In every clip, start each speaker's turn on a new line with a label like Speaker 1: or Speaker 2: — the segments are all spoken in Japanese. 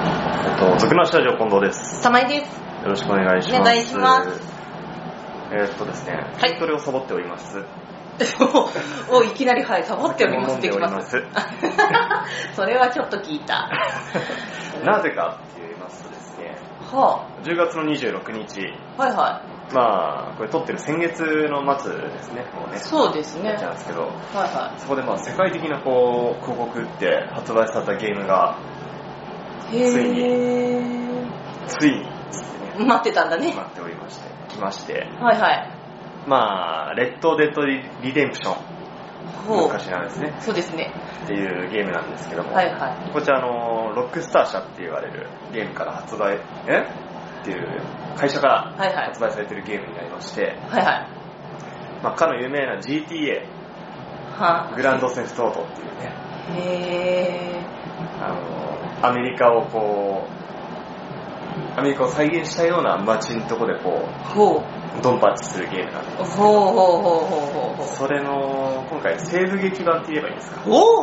Speaker 1: かけました、じゃあ近藤です。
Speaker 2: たまいです。
Speaker 1: よろしくお願いします。
Speaker 2: お願いします
Speaker 1: えーっとですね、
Speaker 2: はい
Speaker 1: 筋トレをサボっております。
Speaker 2: お、いきなり、はい、サボっております。できます
Speaker 1: 飲んでおり。
Speaker 2: それはちょっと聞いた。
Speaker 1: なぜかって言いますとですね、
Speaker 2: は
Speaker 1: 10月の26日、
Speaker 2: あ、はいは
Speaker 1: まあ、これ撮ってる先月の末ですね、もうね。
Speaker 2: い。そうですね。
Speaker 1: やっ
Speaker 2: はい
Speaker 1: ちゃうんですけど、
Speaker 2: は
Speaker 1: そこでまあ世界的なこう広告って発売されたゲームが
Speaker 2: い。
Speaker 1: ついに
Speaker 2: へ
Speaker 1: ついにですね
Speaker 2: ー。待ってたんだね
Speaker 1: 決。まっておりまして来まして
Speaker 2: はいはい。
Speaker 1: まあレッド・デッド・リデンプション
Speaker 2: ほ
Speaker 1: 昔
Speaker 2: う。
Speaker 1: なんですね
Speaker 2: そうですね。
Speaker 1: っていうゲームなんですけども、
Speaker 2: はいは
Speaker 1: こちらあのロックスター社って言われるゲームから発売えっていう会社から
Speaker 2: い。はいはい
Speaker 1: 発。売されてるゲームになりまして、
Speaker 2: はいはい。
Speaker 1: まあ、かの有名な GTA
Speaker 2: は
Speaker 1: グランドセフトオートっていうね
Speaker 2: あ。へ
Speaker 1: あのアメリカをこうアメリカを再現したような街のとこでこ
Speaker 2: ー。ほう。
Speaker 1: うドンパチするゲームなんで
Speaker 2: ほうほうほうほうほうほう。
Speaker 1: それの今回西部劇版って言えばいいんですか
Speaker 2: ほうほうほう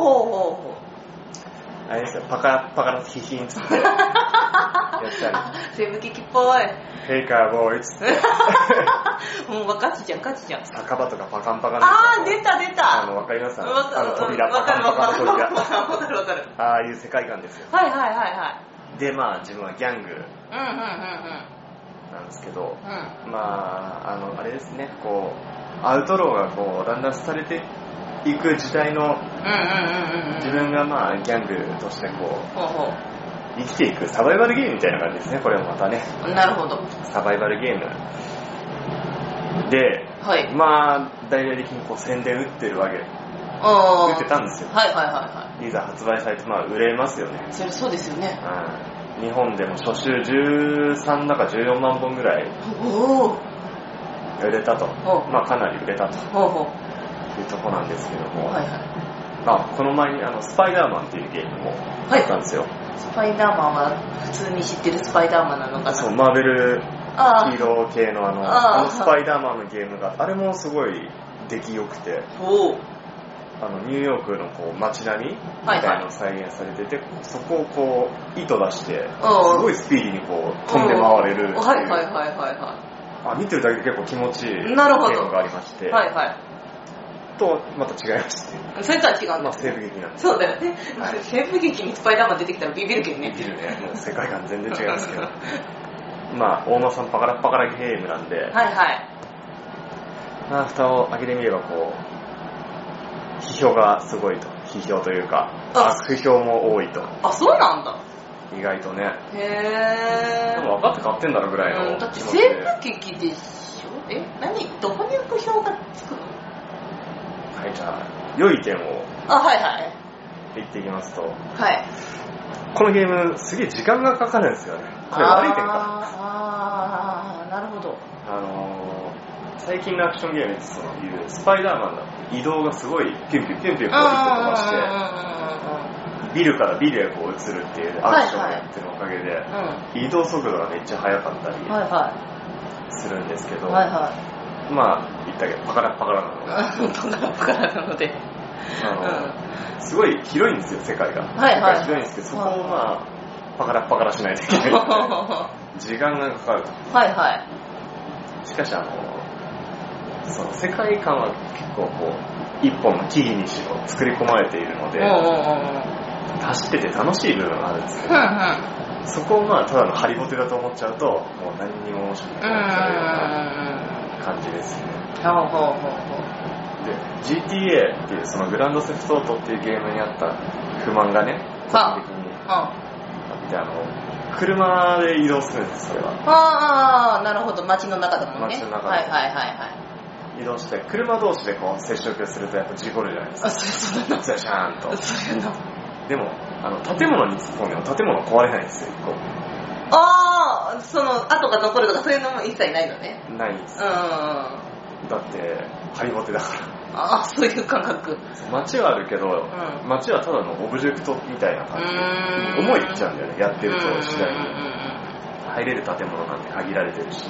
Speaker 2: ほう。
Speaker 1: あれですよパカパカのヒヒンつって やった
Speaker 2: あ、セブキキっぽい。
Speaker 1: り「ヘイカーボーイ」つって
Speaker 2: もうガチじゃん、ガチじゃん。
Speaker 1: 酒場とかパカンパカンと
Speaker 2: あ
Speaker 1: か
Speaker 2: ー、出た出た。
Speaker 1: あのわかりますあ
Speaker 2: わか
Speaker 1: のあ
Speaker 2: る
Speaker 1: の扉
Speaker 2: わ
Speaker 1: パ
Speaker 2: か
Speaker 1: カ
Speaker 2: る
Speaker 1: ン
Speaker 2: わ
Speaker 1: パ
Speaker 2: か
Speaker 1: カン
Speaker 2: る
Speaker 1: の
Speaker 2: わかる
Speaker 1: 扉
Speaker 2: わかるわかる。
Speaker 1: ああいう世界観ですよ
Speaker 2: はいはいはいはい。
Speaker 1: でまあ自分はギャング
Speaker 2: うんうん
Speaker 1: なんですけど
Speaker 2: うんうん。うん。
Speaker 1: まあ、あの、あれですね、こう、アウトローがこう、だんだんされていく時代の、
Speaker 2: うんうんうんうん。
Speaker 1: 自。分がまあ、ギャングとしてこう、
Speaker 2: ほうほ
Speaker 1: 生きていくサバイバルゲームみたいな感じですね、これもまたね。
Speaker 2: う。なるほど。
Speaker 1: サバイバルゲーム。で、
Speaker 2: はい。
Speaker 1: まあ、大々的にこう、宣伝打ってるわけ。
Speaker 2: あ
Speaker 1: 打ってたんですよ
Speaker 2: はいはいはいはい
Speaker 1: ざ発売されて、まあ、売れますよね
Speaker 2: い。。それそうですよね。
Speaker 1: うん日本でも初週13だか14万本ぐらい
Speaker 2: おお。
Speaker 1: 売れたと。
Speaker 2: お
Speaker 1: まあ、かなり売れたと
Speaker 2: ほうほ
Speaker 1: いうとこなんですけど
Speaker 2: う。
Speaker 1: も。
Speaker 2: はいは
Speaker 1: まあ、この前にあのスパイダーマンっていうゲームも
Speaker 2: は
Speaker 1: あ
Speaker 2: い
Speaker 1: ったんですよ、
Speaker 2: い。スパイダーマンは普通に知ってるスパイダーマンなのかな。
Speaker 1: そうマーベルヒ
Speaker 2: あ
Speaker 1: ーロー系のあの
Speaker 2: あー
Speaker 1: あのスパイダーマンのゲームがあれもすごい出来良くて
Speaker 2: あ。ほう。
Speaker 1: あのニューヨークのこう街並みみた
Speaker 2: はいい
Speaker 1: なのを再現されてて、そこをこう糸出してす
Speaker 2: うん
Speaker 1: ごいスピーディーにこう飛んで回れるっていう
Speaker 2: はいはいはいはいは
Speaker 1: あ見てるだけで結構気持ちいいゲーム
Speaker 2: なるほど
Speaker 1: がありまして、
Speaker 2: い。はいは
Speaker 1: とまた違いまして、
Speaker 2: い。それとは違うん
Speaker 1: ま
Speaker 2: だ
Speaker 1: あ、。西部劇なんです
Speaker 2: そうだよね。西部劇にスパイダーマン出てきたらビビるけど
Speaker 1: ね
Speaker 2: ね。
Speaker 1: 見るねもう世界観全然違いますけどまあ大間さんパカラッパカラゲームなんで、
Speaker 2: はいはい。
Speaker 1: まあ、蓋を開けてみればこう批評がすごいと批評というか
Speaker 2: あ
Speaker 1: 悪評も多いと
Speaker 2: あ、そうなんだ。
Speaker 1: 意外とね
Speaker 2: へ
Speaker 1: で
Speaker 2: ー。
Speaker 1: も分かって買ってんだろぐらい
Speaker 2: うん、
Speaker 1: の
Speaker 2: だって
Speaker 1: 気持
Speaker 2: 西
Speaker 1: ちで、
Speaker 2: 部劇でしょえ何どこに悪評がつくの
Speaker 1: はいじゃあ良い意見を
Speaker 2: あはいはい
Speaker 1: 言っていきますと
Speaker 2: はい
Speaker 1: このゲームすげえ時間がかかるんですよねこれ
Speaker 2: あ
Speaker 1: 悪い点か
Speaker 2: ーあーなるほど
Speaker 1: あのー、最近のアクションゲームでそのいうスパイダーマンだと移動がすごいピュンピュンピュンピュンこう糸飛ばして
Speaker 2: う
Speaker 1: ビルからビルへこう移るっていうアクションをやってるおかげで、
Speaker 2: んうんうんうんうん
Speaker 1: 移動速度がめっちゃ速かったり
Speaker 2: うんはいは
Speaker 1: するんですけ
Speaker 2: い
Speaker 1: ど、
Speaker 2: はいは
Speaker 1: まあ言ったけどパカラッパカラなのが、
Speaker 2: いうんとなっからなので
Speaker 1: あのすごい広いんですよ世界が、
Speaker 2: はいはい
Speaker 1: 世界広いんですけどそこをまあパカラッパカラしないといけ
Speaker 2: うん
Speaker 1: ない
Speaker 2: は
Speaker 1: 時間がかかると
Speaker 2: いはい
Speaker 1: しかしあのその世界観は結構こう一本の木々にしろ作り込まれているの
Speaker 2: うん
Speaker 1: で
Speaker 2: うんうん
Speaker 1: 走ってて楽しい部分があるんですけ
Speaker 2: う
Speaker 1: ど
Speaker 2: ん
Speaker 1: そこをまあただのハリボテだと思っちゃうともう何にも面白くなくなっちゃうような感じですね
Speaker 2: うんほうほうほうほう
Speaker 1: で GTA っていうそのグランドセフトオートっていうゲームにあった不満がね個
Speaker 2: はあ
Speaker 1: 人的に
Speaker 2: あ
Speaker 1: あってあの車で移動するんですそれは
Speaker 2: あーなるほど街の中だもんね
Speaker 1: 街の中で
Speaker 2: はいはいはいはい
Speaker 1: 移動して車同士でこう接触するとやっぱ事故るじゃないですか
Speaker 2: あそれそうだな
Speaker 1: ザシャーンと
Speaker 2: そうやな。
Speaker 1: でもあの建物に突っ込んでも建物壊れないんですよ一個
Speaker 2: ああ、その、後が残るとかそういうのも一切ないのね。
Speaker 1: ないんで
Speaker 2: う
Speaker 1: す
Speaker 2: ん。あ
Speaker 1: だってハリボテだか
Speaker 2: あ、そういう感覚。う
Speaker 1: ら街はあるけど、
Speaker 2: ん
Speaker 1: 街はただのオブジェクトみたいな感じ
Speaker 2: ーん
Speaker 1: 思い入っちゃうんだよねやって
Speaker 2: ん
Speaker 1: る
Speaker 2: うん
Speaker 1: と
Speaker 2: うんうんうん
Speaker 1: 次第に入れる建物なんて限られてるし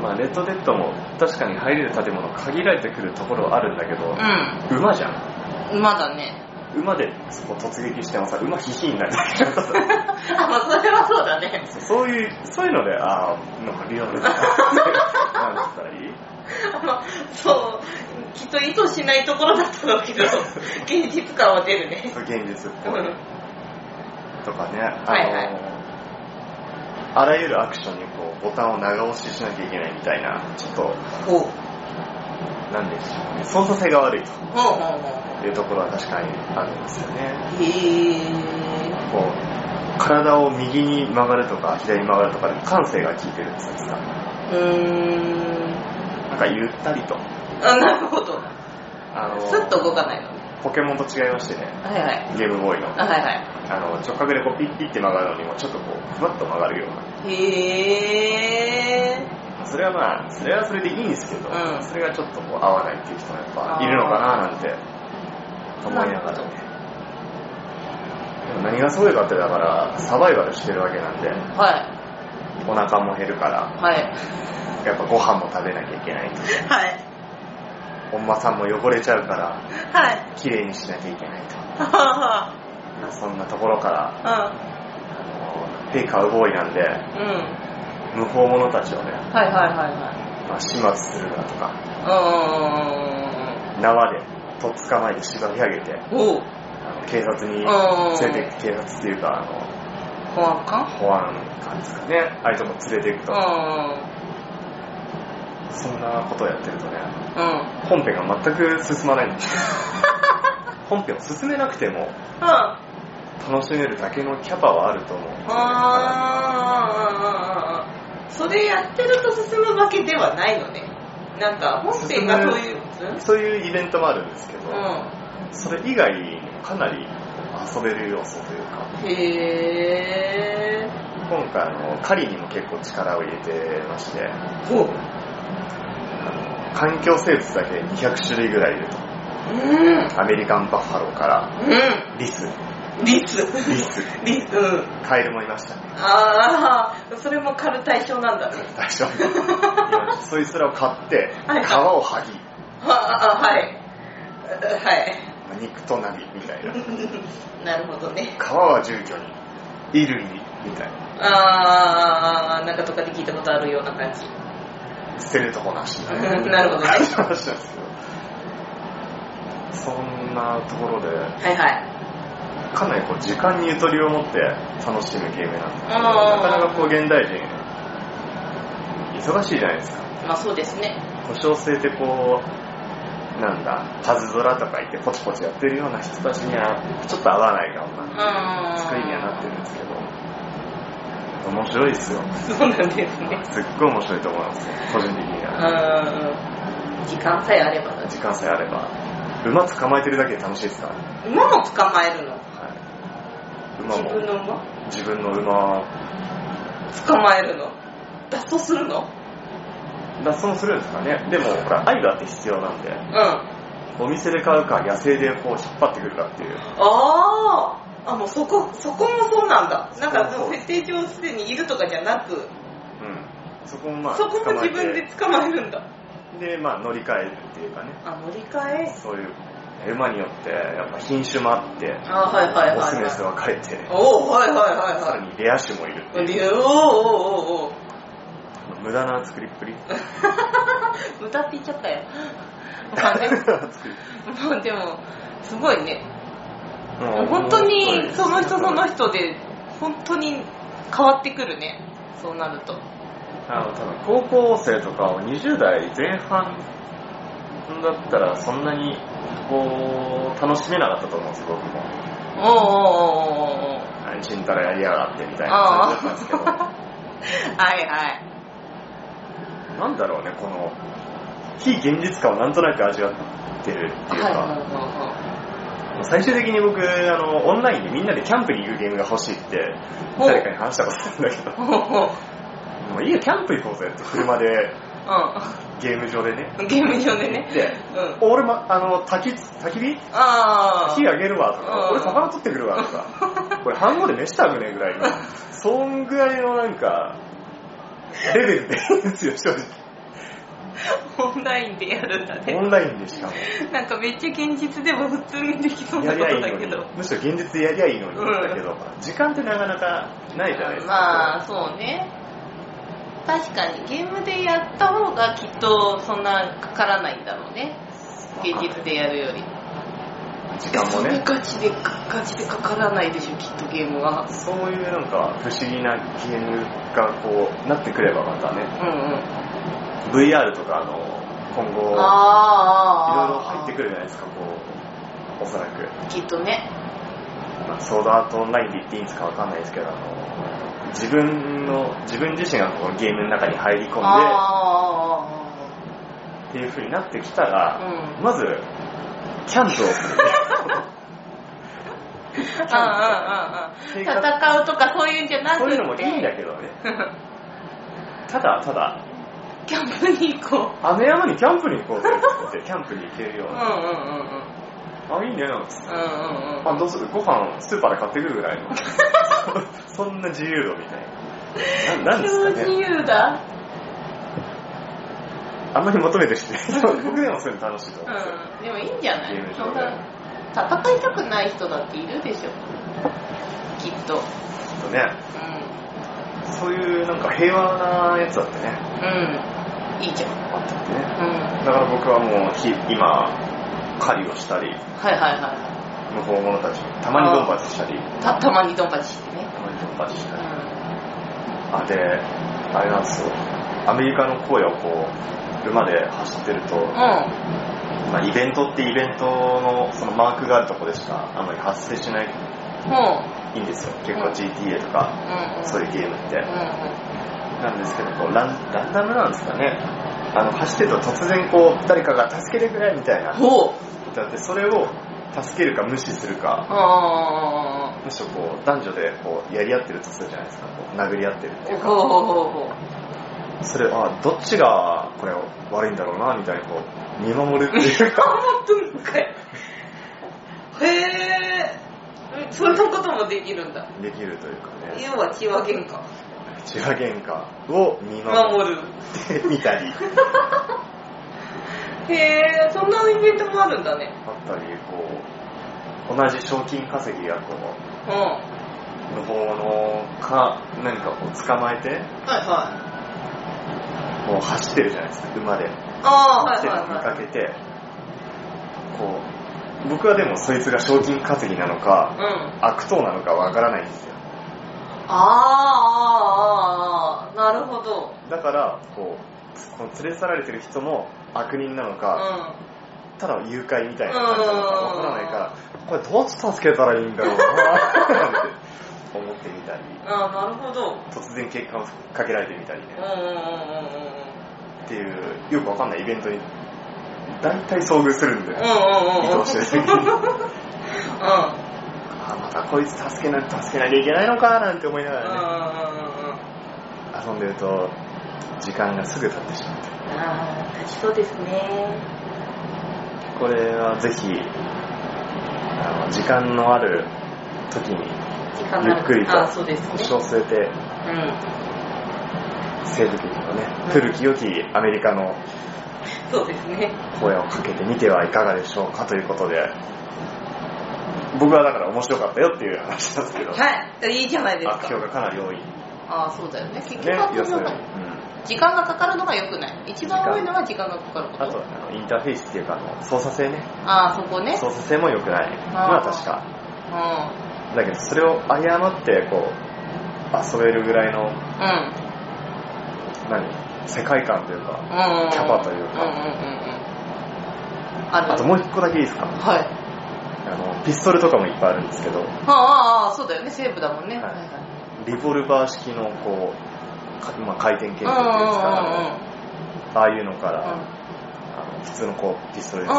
Speaker 1: まあ、レッドデッドも確かに入れる建物限られてくるところはあるんだけど、
Speaker 2: うんうんうんうんうん
Speaker 1: 馬じゃん
Speaker 2: うん。まだね。
Speaker 1: 馬でそこ突撃してもさ、馬ヒヒになる。
Speaker 2: あ、まあそれはそうだね。
Speaker 1: そういう、そういうので、ああ、なんかリアルだなって、 なんかいい
Speaker 2: あのそう、きっと意図しないところだったろうけ ど、現実感は出るね。
Speaker 1: 現実っ
Speaker 2: う
Speaker 1: ぽい。
Speaker 2: ん
Speaker 1: とかね、あの、
Speaker 2: はいはい
Speaker 1: あらゆるアクションにこう、ボタンを長押ししなきゃいけないみたいな、ちょっと、
Speaker 2: ほう。ほう
Speaker 1: なんでしょうね、操作性が悪いと
Speaker 2: ほうほ
Speaker 1: いうところは確かにあるんですよね。
Speaker 2: う。へー。
Speaker 1: こう、体を右に曲がるとか、左に曲がるとかで感性が効いてるんですよ、なん
Speaker 2: うーん。
Speaker 1: かゆったりと。
Speaker 2: あ、なるほど。
Speaker 1: あの、
Speaker 2: スッと動かないのね。
Speaker 1: ポケモンと違いましてね、
Speaker 2: はいはい。
Speaker 1: ゲームボーイの。
Speaker 2: あ、はいはい。
Speaker 1: あの、直角でこうピッピッって曲がるのにも、ちょっとこう、ふわっと曲がるような。
Speaker 2: へー。
Speaker 1: それはまあ、それはそれでいいんですけど、
Speaker 2: うん
Speaker 1: それがちょっとこう合わないっていう人もやっぱいるのかななんて思いながらね。でも何がすごいかってだから、サバイバルしてるわけなんで、
Speaker 2: は
Speaker 1: お腹も減るから
Speaker 2: い。、はい。
Speaker 1: やっぱご飯も食べなきゃいけないと。
Speaker 2: はい。
Speaker 1: おんまさんも汚れちゃうから、
Speaker 2: はい。
Speaker 1: 綺麗にしなきゃいけないと。
Speaker 2: はは
Speaker 1: そんなところから、
Speaker 2: は。
Speaker 1: あの、ヘイカウボーイなんで、
Speaker 2: うん。うん。
Speaker 1: 無法者たちをね、
Speaker 2: はいはいはいはい。
Speaker 1: まあ、始末するなとか、
Speaker 2: う
Speaker 1: 縄でとっ捕まえて縛り上げて、
Speaker 2: ーん。おう。
Speaker 1: あの警察に
Speaker 2: うん
Speaker 1: 連れて警察っていうか、あの、
Speaker 2: 保安官
Speaker 1: 保安官ですかね、ああいうとこ連れて行くと、
Speaker 2: う
Speaker 1: そんなことをやってるとね、
Speaker 2: ん。うん。
Speaker 1: 本編が全く進まないん ですよ。本編を進めなくても
Speaker 2: うん。
Speaker 1: 楽しめるだけのキャパはあると思うんですよね
Speaker 2: あーそれやってると進むわけではないのね。なんか、本編がそういう。
Speaker 1: 必ずそういうイベントもあるんですけど、
Speaker 2: う
Speaker 1: それ以外にもかなり遊べる要素というか、
Speaker 2: ん。へ
Speaker 1: 今回あの、狩りにも結構力を入れてまして、
Speaker 2: ー。ほう。
Speaker 1: 環境生物だけで200種類ぐらいいると。
Speaker 2: うん。
Speaker 1: アメリカンバッファローから、
Speaker 2: う
Speaker 1: リス、
Speaker 2: ん。リス。
Speaker 1: リス、
Speaker 2: リス。うん。
Speaker 1: カエルもいましたね。
Speaker 2: ああ、それも狩る対象なんだね。
Speaker 1: 大丈夫。そいつらを買って、
Speaker 2: はい
Speaker 1: 皮を剥ぎ、
Speaker 2: はあ、あはい。うはい。
Speaker 1: 肉となり、みたいな。
Speaker 2: なるほどね。
Speaker 1: 皮は住居に、衣類に、みたいな。
Speaker 2: ああ、なんかとかで聞いたことあるような感じ。
Speaker 1: 捨てるとこなしみたい
Speaker 2: うんなるほどね
Speaker 1: 話なんですけど。そんなところで、
Speaker 2: はいはい。
Speaker 1: かなりこう時間にゆとりを持って楽しむゲームなんですけど、
Speaker 2: あー
Speaker 1: なかなかこう現代人、忙しいじゃないですか。
Speaker 2: まあそうですね。
Speaker 1: 故障性でこう、なんだ、パズドラとか言ってポチポチやってるような人たちには、ちょっと合わないかも
Speaker 2: う
Speaker 1: な、
Speaker 2: ん。
Speaker 1: 作りにはなってるんですけど、面白いですよ。
Speaker 2: そうなんですね。
Speaker 1: すっごい面白いと思いますよ、個人的に
Speaker 2: う
Speaker 1: は。
Speaker 2: ん。時間さえあればだし。
Speaker 1: 時間さえあれば。馬捕まえてるだけで楽しいですから。は
Speaker 2: 馬も捕まえるの。
Speaker 1: い、馬
Speaker 2: 自分
Speaker 1: も、
Speaker 2: の馬
Speaker 1: 自分の馬、
Speaker 2: 捕まえるの。脱走するの
Speaker 1: 脱走もするんですかね。でも、ほら、愛があって必要なんで、
Speaker 2: うん。あ
Speaker 1: お店で買うか、野生でこう引っ張ってくるかっていう。
Speaker 2: あー。あ、もうそこ、そこもそうなんだ。なんか、
Speaker 1: そうそう
Speaker 2: 設定上すでにいるとかじゃなく、
Speaker 1: うん。そこもまあ、
Speaker 2: そこも自分で捕まえるんだ。
Speaker 1: で、まあ、乗り換えるっていうかね。
Speaker 2: あ、乗り換え
Speaker 1: そういう、馬によって、やっぱ品種もあって、
Speaker 2: あ、はいはいはい、
Speaker 1: オスメス
Speaker 2: はい。
Speaker 1: 分かれて、
Speaker 2: おおはいはい
Speaker 1: さ
Speaker 2: は
Speaker 1: らにレア種もいるって
Speaker 2: いはい。
Speaker 1: いう、
Speaker 2: おおおおお
Speaker 1: 無駄な作りっぷり。
Speaker 2: 歌って言っちゃったよ。まあね、まあでも、すごいね。
Speaker 1: もう
Speaker 2: 本当に、その人その
Speaker 1: 人。
Speaker 2: 人で、本当に変わってくるね。そうなると。
Speaker 1: あの、多分高校生とかを20代前半だったら、そんなに、こう、楽しめなかったと思うんです、僕も。
Speaker 2: おーおーおーおーおー
Speaker 1: あれちんたらやりやがってみたいな感じだったんですけど。
Speaker 2: はいは い。
Speaker 1: なんだろうね、この、非現実感をなんとなく味わってるって
Speaker 2: はい
Speaker 1: いう
Speaker 2: はい
Speaker 1: か、最終的に僕、あの、オンラインでみんなでキャンプに行くゲームが欲しいって、
Speaker 2: お
Speaker 1: 誰かに話したことあるんだ けど、
Speaker 2: はいはい。ほうほう
Speaker 1: もういいよ、キャンプ行こうぜって、車で、
Speaker 2: う
Speaker 1: ゲーム上でね。
Speaker 2: ん。ゲーム上で
Speaker 1: 行っ
Speaker 2: ね。
Speaker 1: て、
Speaker 2: うん。
Speaker 1: 俺も、あの、焚き、焚き火
Speaker 2: ああ。
Speaker 1: 火あげるわとか、
Speaker 2: うん
Speaker 1: 俺魚取ってくるわと か、これ半後で飯食べねえぐらいの、 そんぐらいのなんか、レベルでいいんですよ、正直。
Speaker 2: オンラインでやるんだ
Speaker 1: オ
Speaker 2: ね
Speaker 1: ンラインでしかも
Speaker 2: なんかめっちゃ現実でも普通にできそうな
Speaker 1: や
Speaker 2: こ
Speaker 1: りゃい
Speaker 2: と
Speaker 1: いの
Speaker 2: だけ
Speaker 1: に
Speaker 2: ど
Speaker 1: むしろ現実でやりゃいいのにだけど、時間ってなかなかないじゃないですか、
Speaker 2: まあそうね確かにゲームでやった方がきっとそんなかからないんだろうね現実でやるより
Speaker 1: 時間もね
Speaker 2: ガチでかガチでかからないでしょきっとゲームは
Speaker 1: そういうなんか不思議なゲームがこうなってくればまたね
Speaker 2: うんうん
Speaker 1: VR とかあの今後いろいろ
Speaker 2: ああ
Speaker 1: 入ってくるじゃないですかこうおそらく、
Speaker 2: きっとね
Speaker 1: まあ、ソードアートオンラインで言っていいんですかわかんないですけどあの自分の自分自身がこうゲームの中に入り込ん
Speaker 2: あ
Speaker 1: でっていう風になってきた
Speaker 2: あ
Speaker 1: ら、
Speaker 2: うん
Speaker 1: まずキャンプを する
Speaker 2: うんうんうんうん
Speaker 1: 生活
Speaker 2: 戦うとかそういうんじゃなくて
Speaker 1: そういうのもい いんだけどねただただ
Speaker 2: キャンプに行こう
Speaker 1: あの山にキャンプに行こうぜっ て言ってキャンプに行けるよう
Speaker 2: うんう
Speaker 1: な、
Speaker 2: んうんうん
Speaker 1: あいいねなんつって
Speaker 2: うんうんうん
Speaker 1: あどうするご飯スーパーで買ってくるぐらいの そんな自由度みたいなななんです
Speaker 2: 超
Speaker 1: か
Speaker 2: 自
Speaker 1: ね
Speaker 2: 由だ
Speaker 1: あんまり求めてる人いない僕でも そういうの楽しいと思うんですよ、
Speaker 2: うんでもいいんじゃない
Speaker 1: ゲーム
Speaker 2: そ
Speaker 1: 上
Speaker 2: ん
Speaker 1: で
Speaker 2: な戦いたくない人だっているでしょきっと
Speaker 1: きっとね
Speaker 2: う
Speaker 1: そういうなんか平和なやつだってね
Speaker 2: んうんいいじゃん
Speaker 1: あったってね
Speaker 2: うんはい
Speaker 1: だから僕はもうひ今狩りをしたり
Speaker 2: はいは
Speaker 1: 無法者たちたまにドンパチしたり
Speaker 2: いたたまにドンパチしてね
Speaker 1: たまにドンパチし
Speaker 2: う
Speaker 1: たりあ
Speaker 2: ん
Speaker 1: であれなんですよアメリカの荒野をこう馬で走ってると、
Speaker 2: うん
Speaker 1: まあ、イベントってイベントのそのマークがあるとこでしかあんまり発生しないい
Speaker 2: うん
Speaker 1: いんですよ結構 GTA とか
Speaker 2: うん
Speaker 1: そういうゲームって
Speaker 2: う
Speaker 1: なんですけどこうランランダムなんですかねあの走ってると突然こう誰かが助けてくれみたいなん
Speaker 2: ほう
Speaker 1: だってそれを助けるか無視するか
Speaker 2: あ
Speaker 1: むしろこう男女でこうやり合ってるとするじゃないですかこう殴り合ってるっ
Speaker 2: ー
Speaker 1: ていう
Speaker 2: ほう
Speaker 1: か
Speaker 2: ほうほうほう
Speaker 1: それあどっちがこれ悪いんだろうなみたいにこう見守るっていう か
Speaker 2: 本当にかいへえそんなこともできるんだ
Speaker 1: できるというかね
Speaker 2: 要は血は喧嘩
Speaker 1: 血は喧嘩を見守
Speaker 2: 守る
Speaker 1: ってみたり
Speaker 2: へえそんなイベントもあるんだね
Speaker 1: あったり、こう、同じ賞金稼ぎがこう、
Speaker 2: うんは
Speaker 1: 無法のか、何かこう捕まえて、
Speaker 2: いはい
Speaker 1: こう走ってるじゃないですか、馬で。
Speaker 2: ああは
Speaker 1: 走っ
Speaker 2: い
Speaker 1: てる
Speaker 2: は
Speaker 1: のを見
Speaker 2: いは
Speaker 1: か
Speaker 2: い
Speaker 1: けて、こう、僕はでもそいつが賞金稼ぎなのか、
Speaker 2: うん
Speaker 1: 悪党なのかわからないんですよ。
Speaker 2: あーあーあーなるほど
Speaker 1: だから、こう、この連れ去られてる人も悪人なの
Speaker 2: う
Speaker 1: か、
Speaker 2: ん
Speaker 1: ただ誘拐みたいな感じなのかわからないから、これどうやって助けたらいいんだろうなって思ってみたり。
Speaker 2: ああなるほど
Speaker 1: 突然結果をかけられてみたり
Speaker 2: うん
Speaker 1: ね、
Speaker 2: うんうん
Speaker 1: っていうよくわかんないイベントに大体遭遇するんで、
Speaker 2: うんうんうんうんうんうん
Speaker 1: 移動してる時に
Speaker 2: うん
Speaker 1: あまたこいつ助けない助けなきゃいけないのかなんて思いなが
Speaker 2: うんうん
Speaker 1: らね、
Speaker 2: うんうん
Speaker 1: 遊んでると時間がすぐ経ってしまって
Speaker 2: ああ、立ちそうですね。
Speaker 1: これはぜひあの時間のある時に
Speaker 2: 時間
Speaker 1: ゆっくりと
Speaker 2: あーそうです
Speaker 1: 腰
Speaker 2: ね。
Speaker 1: を据えて
Speaker 2: うん。
Speaker 1: 西部劇のね、
Speaker 2: うん
Speaker 1: 古き良きアメリカの
Speaker 2: そうですね。
Speaker 1: 声をかけてみてはいかがでしょうかということで僕はだから面白かったよっていう話なんですけど
Speaker 2: はい。いいじゃないです
Speaker 1: 悪評
Speaker 2: か。
Speaker 1: がかなり多いね
Speaker 2: ああ、そうだよね。結局はそ
Speaker 1: 要
Speaker 2: う
Speaker 1: す
Speaker 2: な
Speaker 1: る
Speaker 2: ん
Speaker 1: に、う
Speaker 2: だ
Speaker 1: ん、
Speaker 2: 時間がかかるのが良くない。一番多いのは時間がかかるこ
Speaker 1: あ
Speaker 2: と。
Speaker 1: とあのインターフェースっていうかあの操作性ね
Speaker 2: ああ、そこね。
Speaker 1: 操作性も良くないまあ確か
Speaker 2: うん。う
Speaker 1: だけどそれを誤ってこう遊べるぐらいの
Speaker 2: ん。
Speaker 1: 何世界観というか
Speaker 2: うん。
Speaker 1: キャパというか
Speaker 2: うんうんうんうん。ある。
Speaker 1: あともう一個だけいいですか
Speaker 2: はい。
Speaker 1: あのピストルとかもいっぱいあるんですけど
Speaker 2: ああ、ああ、そうだよね。セーブだもんね。
Speaker 1: はい
Speaker 2: はいはい。
Speaker 1: リボルバー式のこうかまあ、回転系って
Speaker 2: う
Speaker 1: いうんですか
Speaker 2: ん
Speaker 1: あ
Speaker 2: うんうんうん
Speaker 1: のああいうのか
Speaker 2: う
Speaker 1: ら、
Speaker 2: ん。
Speaker 1: あの普通のこうピストルですねあ
Speaker 2: う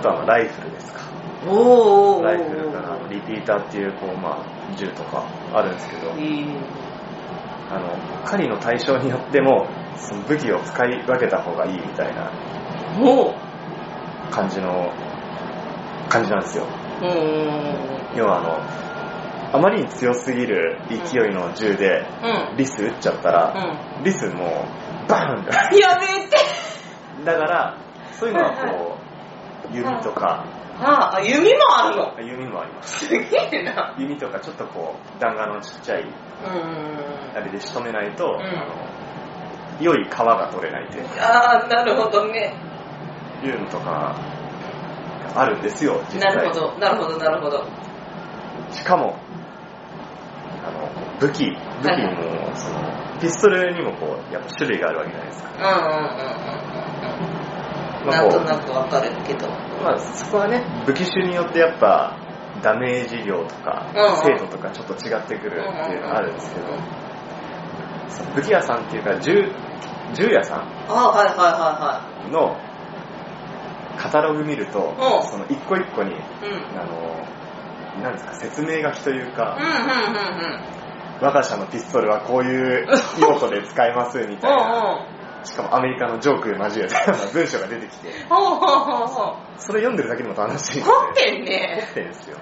Speaker 1: とはまあライフルですか
Speaker 2: んうんうん。おお。
Speaker 1: ライフルからリピーターっていうこう、まあ、銃とかあるんですけど
Speaker 2: いい。
Speaker 1: あの狩りの対象によってもその武器を使い分けた方がいいみたいな
Speaker 2: おう
Speaker 1: 感じの感じなんですよ
Speaker 2: うんうんうんうん。
Speaker 1: 要はああまりに強すぎる勢いの銃で
Speaker 2: うん。
Speaker 1: リス撃っちゃった
Speaker 2: う
Speaker 1: ら、
Speaker 2: ん。
Speaker 1: リスもうバーンだ
Speaker 2: やめて
Speaker 1: だからそういうのはこう弓とか
Speaker 2: ああ、弓もあるの
Speaker 1: 弓もあります
Speaker 2: すげえな。
Speaker 1: 弓とかちょっとこう弾丸のちっちゃいう
Speaker 2: ーん。
Speaker 1: あれで仕留めないと、
Speaker 2: ん
Speaker 1: あの良い皮が取れないという
Speaker 2: ああ、なるほどね。
Speaker 1: いうのとかあるんですよ実
Speaker 2: な
Speaker 1: 際
Speaker 2: るほど、なるほど、なるほど。
Speaker 1: しかもあの武器武器にもそのピストルにもこうやっぱ種類があるわけじゃないですか、
Speaker 2: うんうんうんうんうん。
Speaker 1: ま
Speaker 2: な
Speaker 1: あ
Speaker 2: ん
Speaker 1: ことう
Speaker 2: なくわかるけど。うん
Speaker 1: まあ、そこはね武器種によってやっぱダメージ量とか
Speaker 2: うんうん
Speaker 1: 精度とかちょっと違ってくるっていうのがあるんですけどその武器屋さんっていうか銃銃屋さん
Speaker 2: あはいはいは
Speaker 1: のカタログ見ると、
Speaker 2: うん
Speaker 1: その一個一個に
Speaker 2: いはい。うん。
Speaker 1: あのなんですか説明書きというか、
Speaker 2: うんうんうんうん。
Speaker 1: 我が社のピストルはこういう用途で使えますみたいなしかもアメリカのジョーク交えたような文章が出てきて
Speaker 2: ほうほうほうほ
Speaker 1: それ読んでるだけでも楽しいん
Speaker 2: う。
Speaker 1: で
Speaker 2: 凝ってんね
Speaker 1: 凝。ってんですよ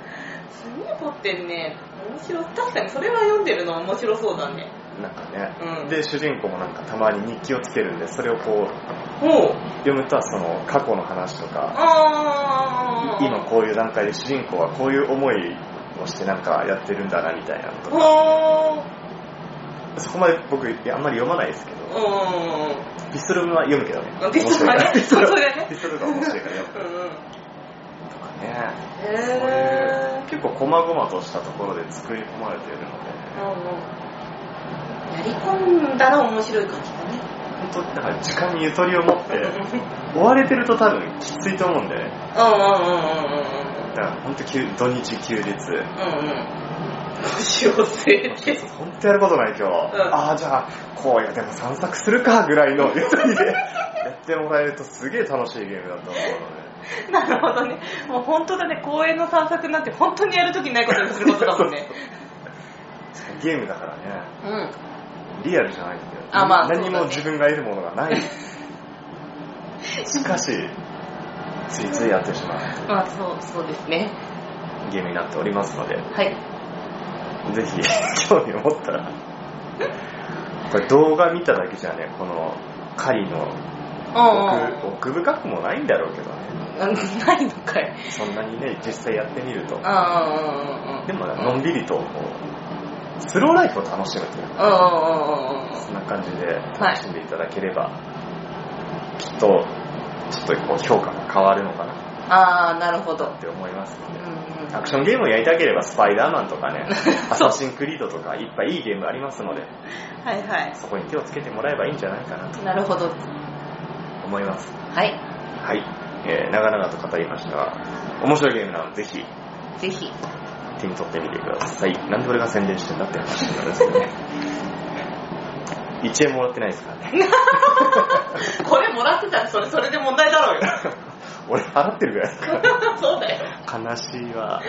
Speaker 2: すげえ凝ってんね。面白い。確かにそれは読んでるの面白そうだね。
Speaker 1: なんかね、
Speaker 2: うん
Speaker 1: で主人公もなんかたまに日記をつけるんでそれをこう
Speaker 2: ほう。
Speaker 1: 読むとその過去の話とか
Speaker 2: あー。
Speaker 1: 今こういう段階で主人公はこういう思いをしてなんかやってるんだなみたいなのとか
Speaker 2: ほう。
Speaker 1: そこまで僕いやあんまり読まないですけど
Speaker 2: う
Speaker 1: ピストルは読むけどね
Speaker 2: ん。ピストルがね。
Speaker 1: 面白い
Speaker 2: そ
Speaker 1: か
Speaker 2: うだ
Speaker 1: ら
Speaker 2: ね
Speaker 1: ピストルが面白いから読む
Speaker 2: うんうん。
Speaker 1: とかねそうい
Speaker 2: へ
Speaker 1: う結構細々としたところで作り込まれているので、
Speaker 2: ー。やり込んだら面白い感じだね。
Speaker 1: 本当だから時間にゆとりを持って追われてると多分きついと思うんでね
Speaker 2: うんうんうんうんうんうん。
Speaker 1: だから本当休土日休日
Speaker 2: うんうん。腰を据えて。
Speaker 1: 本当やることない今日、ああじゃあこういやでも散策するかぐらいのゆとりで やってもらえるとすげえ楽しいゲームだと思うので
Speaker 2: なるほどね。もう本当だね、公園の散策なんて本当にやるときないことにすることだもんね。
Speaker 1: ゲームだからね
Speaker 2: うん。
Speaker 1: リアルじゃないんだよ
Speaker 2: あまあ
Speaker 1: 何も
Speaker 2: そうだね
Speaker 1: 自分が得るものがない しかしついついやってしまう
Speaker 2: まあそう、そうですね。
Speaker 1: ゲームになっておりますので
Speaker 2: はい。
Speaker 1: ぜひ 興味を持ったらこれ動画見ただけじゃねこの狩りの奥
Speaker 2: う
Speaker 1: 奥深くもないんだろうけどね
Speaker 2: んうん。ないのかい。
Speaker 1: そんなにね実際やってみると
Speaker 2: ああ、うんうんうん。
Speaker 1: でもね
Speaker 2: うん
Speaker 1: のんびりとこうスローライフを楽しむというか
Speaker 2: うんうんうんうん。
Speaker 1: そんな感じで楽しんでいただければ、きっとちょっとこう評価が変わるのかなっ
Speaker 2: ああ、なるほど。
Speaker 1: て思いますの
Speaker 2: うん
Speaker 1: で
Speaker 2: うん。
Speaker 1: アクションゲームをやりたければスパイダーマンとかねアサシンクリードとかいっぱいいいゲームありますので
Speaker 2: はいは
Speaker 1: そこに手をつけてもらえばいいんじゃないかなと
Speaker 2: い。なるほど。
Speaker 1: 思います。
Speaker 2: はい。
Speaker 1: はい。えー、長々と語りましたが、面白いゲームなので、ぜひ
Speaker 2: ぜひ。
Speaker 1: 手に取ってみてください。なんで俺が宣伝してんだって話になるんですけどね。1円もらってないですから ね。
Speaker 2: これもらってたらそれ、それで問 題だろうよ。
Speaker 1: 俺払ってるぐらいですから。
Speaker 2: そうだよ。
Speaker 1: 悲しいわ。